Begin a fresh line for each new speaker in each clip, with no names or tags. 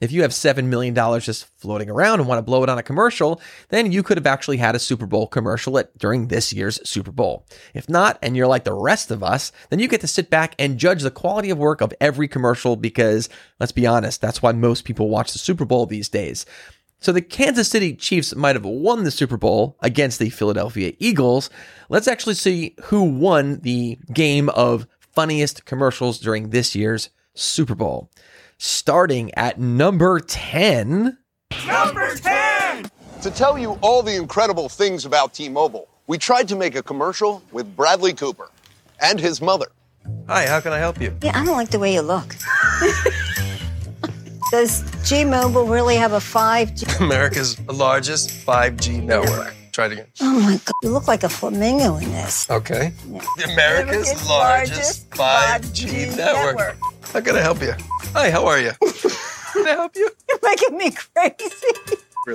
If you have $7 million just floating around and want to blow it on a commercial, then you could have actually had a Super Bowl commercial at, during this year's Super Bowl. If not, and you're like the rest of us, then you get to sit back and judge the quality of work of every commercial because, let's be honest, that's why most people watch the Super Bowl these days. So the Kansas City Chiefs might have won the Super Bowl against the Philadelphia Eagles. Let's actually see who won the game of funniest commercials during this year's Super Bowl. Starting at number 10,
Number 10!
To tell you all the incredible things about T Mobile, we tried to make a commercial with Bradley Cooper and his mother.
Hi, how can I help you?
Yeah, I don't like the way you look. Does G Mobile really have a 5G?
America's largest 5G network. Try it again.
Oh my God, you look like a flamingo in this.
Okay. America's, largest 5G, network. How can I help you? Hi, how are you? can I help you?
You're making me crazy.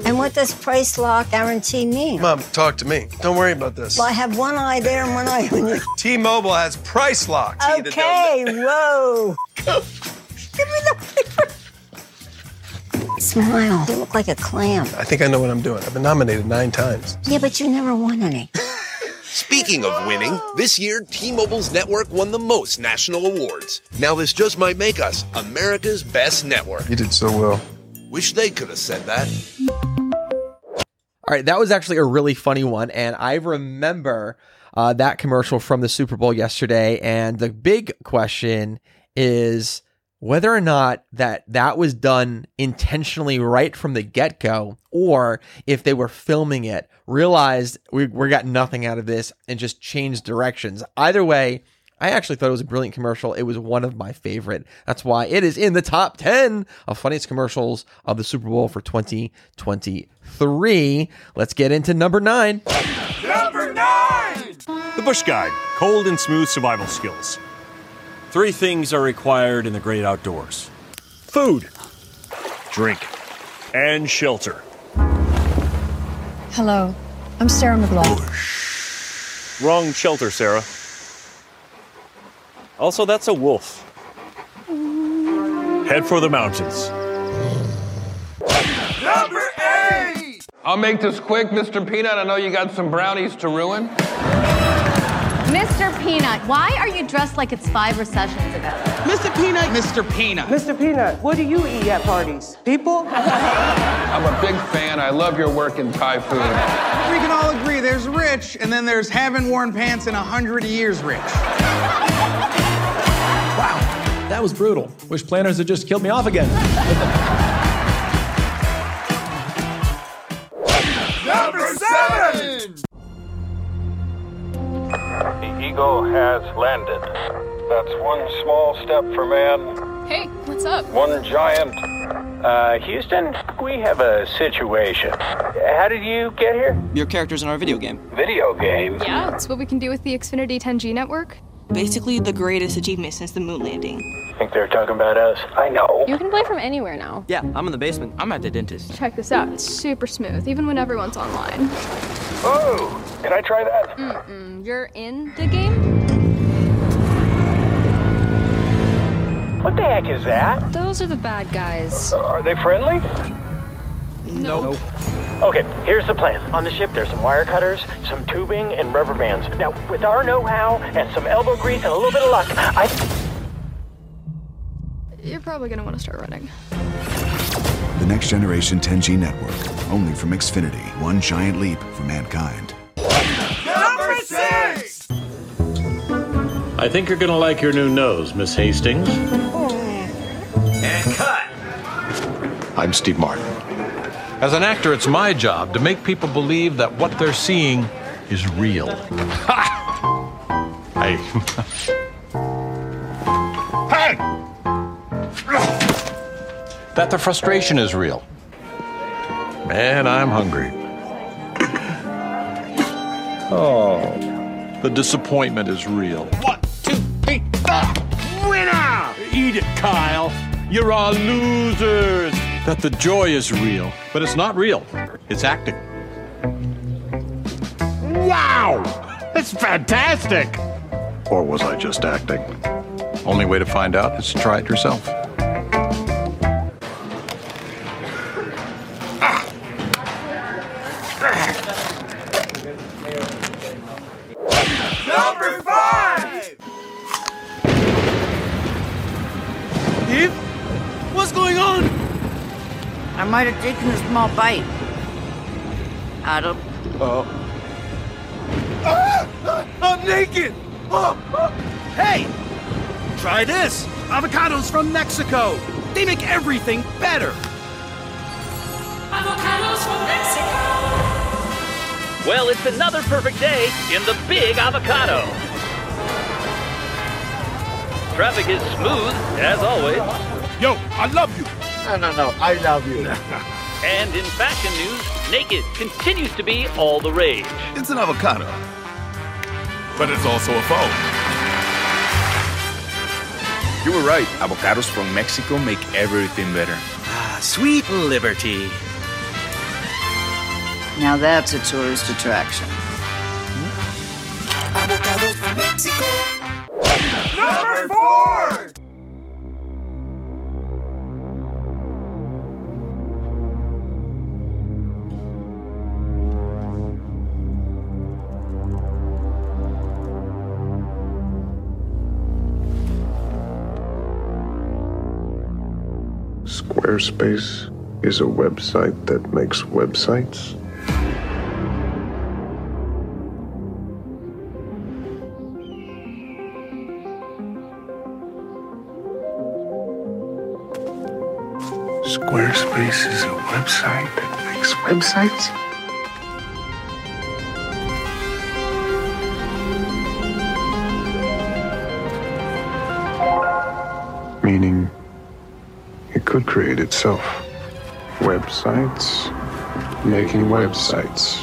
And what does price lock guarantee mean?
Mom, talk to me. Don't worry about this.
Well, I have one eye there and one eye on you.
T-Mobile has price locked.
Okay, whoa. Give me the paper. Smile. You look like a clam.
I think I know what I'm doing. I've been nominated nine times.
Yeah, but you never won any.
Speaking of winning, this year T Mobile's network won the most national awards. Now, this just might make us America's best network.
You did so well.
Wish they could have said that.
All right, that was actually a really funny one, and I remember uh, that commercial from the Super Bowl yesterday. And the big question is whether or not that that was done intentionally right from the get go, or if they were filming it, realized we we got nothing out of this, and just changed directions. Either way. I actually thought it was a brilliant commercial. It was one of my favorite. That's why it is in the top 10 of funniest commercials of the Super Bowl for 2023. Let's get into number nine.
Number 9!
The Bush Guide Cold and Smooth Survival Skills. Three things are required in the great outdoors food, drink, and shelter.
Hello, I'm Sarah McLaughlin.
Wrong shelter, Sarah. Also, that's a wolf. Head for the mountains.
Number 8!
I'll make this quick, Mr. Peanut. I know you got some brownies to ruin.
Mr. Peanut, why are you dressed like it's five recessions ago?
Mr. Peanut. Mr. Peanut. Mr. Peanut, what do you eat at parties? People?
I'm a big fan. I love your work in Thai food.
We can all agree there's rich, and then there's haven't worn pants in a hundred years rich.
That was brutal. Wish planners had just killed me off again.
Number 7!
The eagle has landed. That's one small step for man,
Hey, what's up?
one giant. Uh, Houston, we have a situation. How did you get here?
Your character's in our video game.
Video game.
Yeah, it's what we can do with the Xfinity 10G network.
Basically, the greatest achievement since the moon landing.
Think they're talking about us? I know.
You can play from anywhere now.
Yeah, I'm in the basement. I'm at the dentist.
Check this out. It's super smooth, even when everyone's online.
Oh, can I try that?
Mm-mm, you're in the game?
What the heck is that?
Those are the bad guys.
Are they friendly?
Nope.
Okay, here's the plan. On the ship, there's some wire cutters, some tubing, and rubber bands. Now, with our know-how and some elbow grease and a little bit of luck, I.
You're probably gonna wanna start running.
The next generation 10G network, only from Xfinity, one giant leap for mankind.
Number 6!
I think you're gonna like your new nose, Miss Hastings.
And cut!
I'm Steve Martin.
As an actor, it's my job to make people believe that what they're seeing is real. I. that the frustration is real. Man, I'm hungry. Oh, the disappointment is real.
One, two, three, the winner!
Eat it, Kyle. You're all losers. That the joy is real, but it's not real. It's acting.
Wow! That's fantastic!
Or was I just acting? Only way to find out is to try it yourself.
I might have taken a small bite. Out of.
Oh. I'm naked! Oh, oh. Hey! Try this! Avocados from Mexico! They make everything better!
Avocados from Mexico.
Well, it's another perfect day in the big avocado. Traffic is smooth, as always.
Yo, I love you!
No, no, no. I love you.
And in fashion news, naked continues to be all the rage.
It's an avocado. But it's also a phone.
You were right. Avocados from Mexico make everything better.
Ah, sweet liberty.
Now that's a tourist attraction.
Avocados from Mexico! Number four!
Squarespace is a website that makes websites. Squarespace is a website that makes websites. Meaning, it could create itself. Websites, making websites.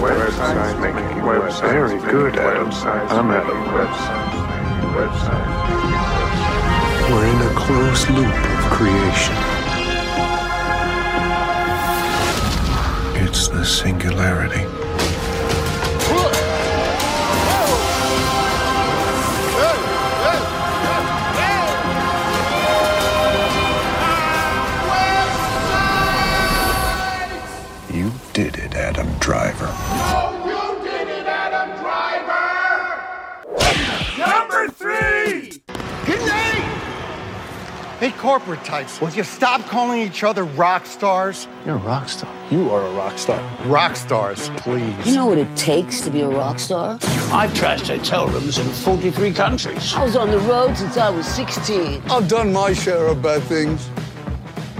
Websites, making websites. Very good, Adam. I'm Adam. Websites. We're in a closed loop of creation. It's the singularity. You did it, Adam Driver.
Oh, you did it, Adam Driver! Number three!
Good night! Hey, corporate types, will you stop calling each other rock stars? You're a rock star. You are a rock star. Rock stars, please.
You know what it takes to be a rock star?
I've trashed hotel rooms in 43 countries.
I was on the road since I was 16.
I've done my share of bad things.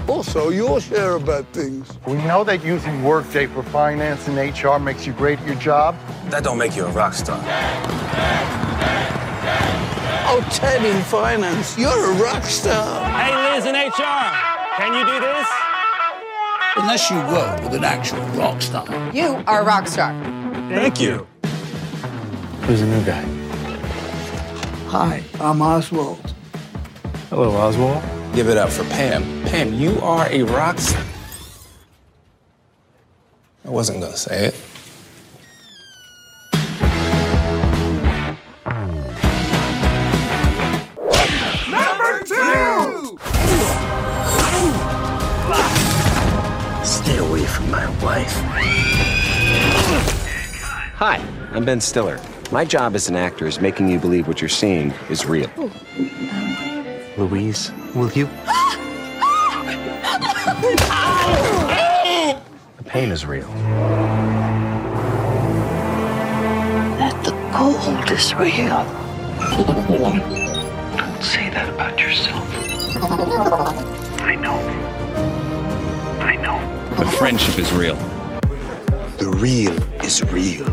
Also, your share of bad things.
We know that using Workday for finance and HR makes you great at your job.
That don't make you a rock star.
Oh, Ted in finance, you're a rock star.
Hey, Liz in HR, can you do this?
Unless you work with an actual rock star.
You are a rock star.
Thank you.
Who's the new guy?
Hi, I'm Oswald.
Hello, Oswald.
Give it up for Pam. Pam, you are a rock star. I wasn't gonna say it.
Number two!
Stay away from my wife.
Hi, I'm Ben Stiller. My job as an actor is making you believe what you're seeing is real. Louise, will you? The pain is real.
That the cold is real.
Don't say that about yourself. I know. I know.
But friendship is real.
The real is real.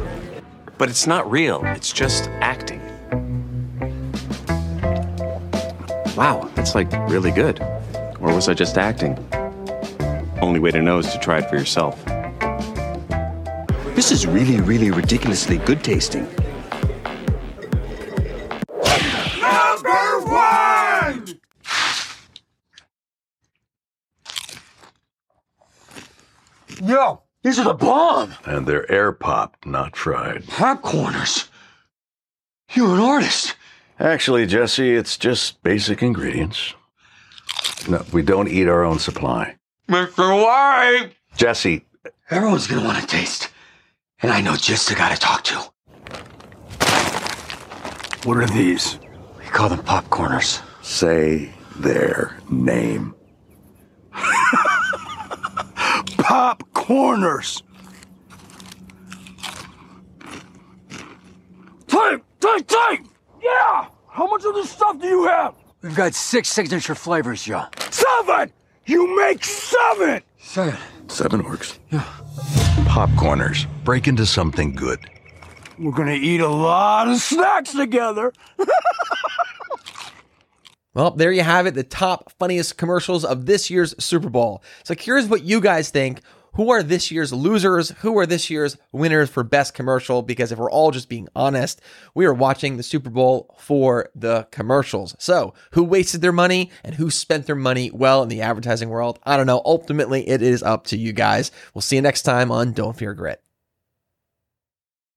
But it's not real, it's just acting. Wow, that's like really good. Or was I just acting? Only way to know is to try it for yourself.
This is really, really ridiculously good tasting.
Number one!
Yo, these are the bomb!
And they're air popped, not fried.
Popcorners! You're an artist!
Actually, Jesse, it's just basic ingredients. No, we don't eat our own supply.
Mr. White!
Jesse,
Everyone's gonna want to taste. And I know just the guy to talk to.
What are these?
We call them popcorners.
say their name.
top corners.
Tape! Tape! Tape! Yeah! How much of this stuff do you have?
We've got six signature flavors, y'all.
Seven! You make seven!
Seven.
Seven works.
Yeah.
Popcorners. Break into something good.
We're gonna eat a lot of snacks together.
Well, there you have it, the top funniest commercials of this year's Super Bowl. So, here's what you guys think. Who are this year's losers? Who are this year's winners for best commercial? Because if we're all just being honest, we are watching the Super Bowl for the commercials. So, who wasted their money and who spent their money well in the advertising world? I don't know. Ultimately, it is up to you guys. We'll see you next time on Don't Fear Grit.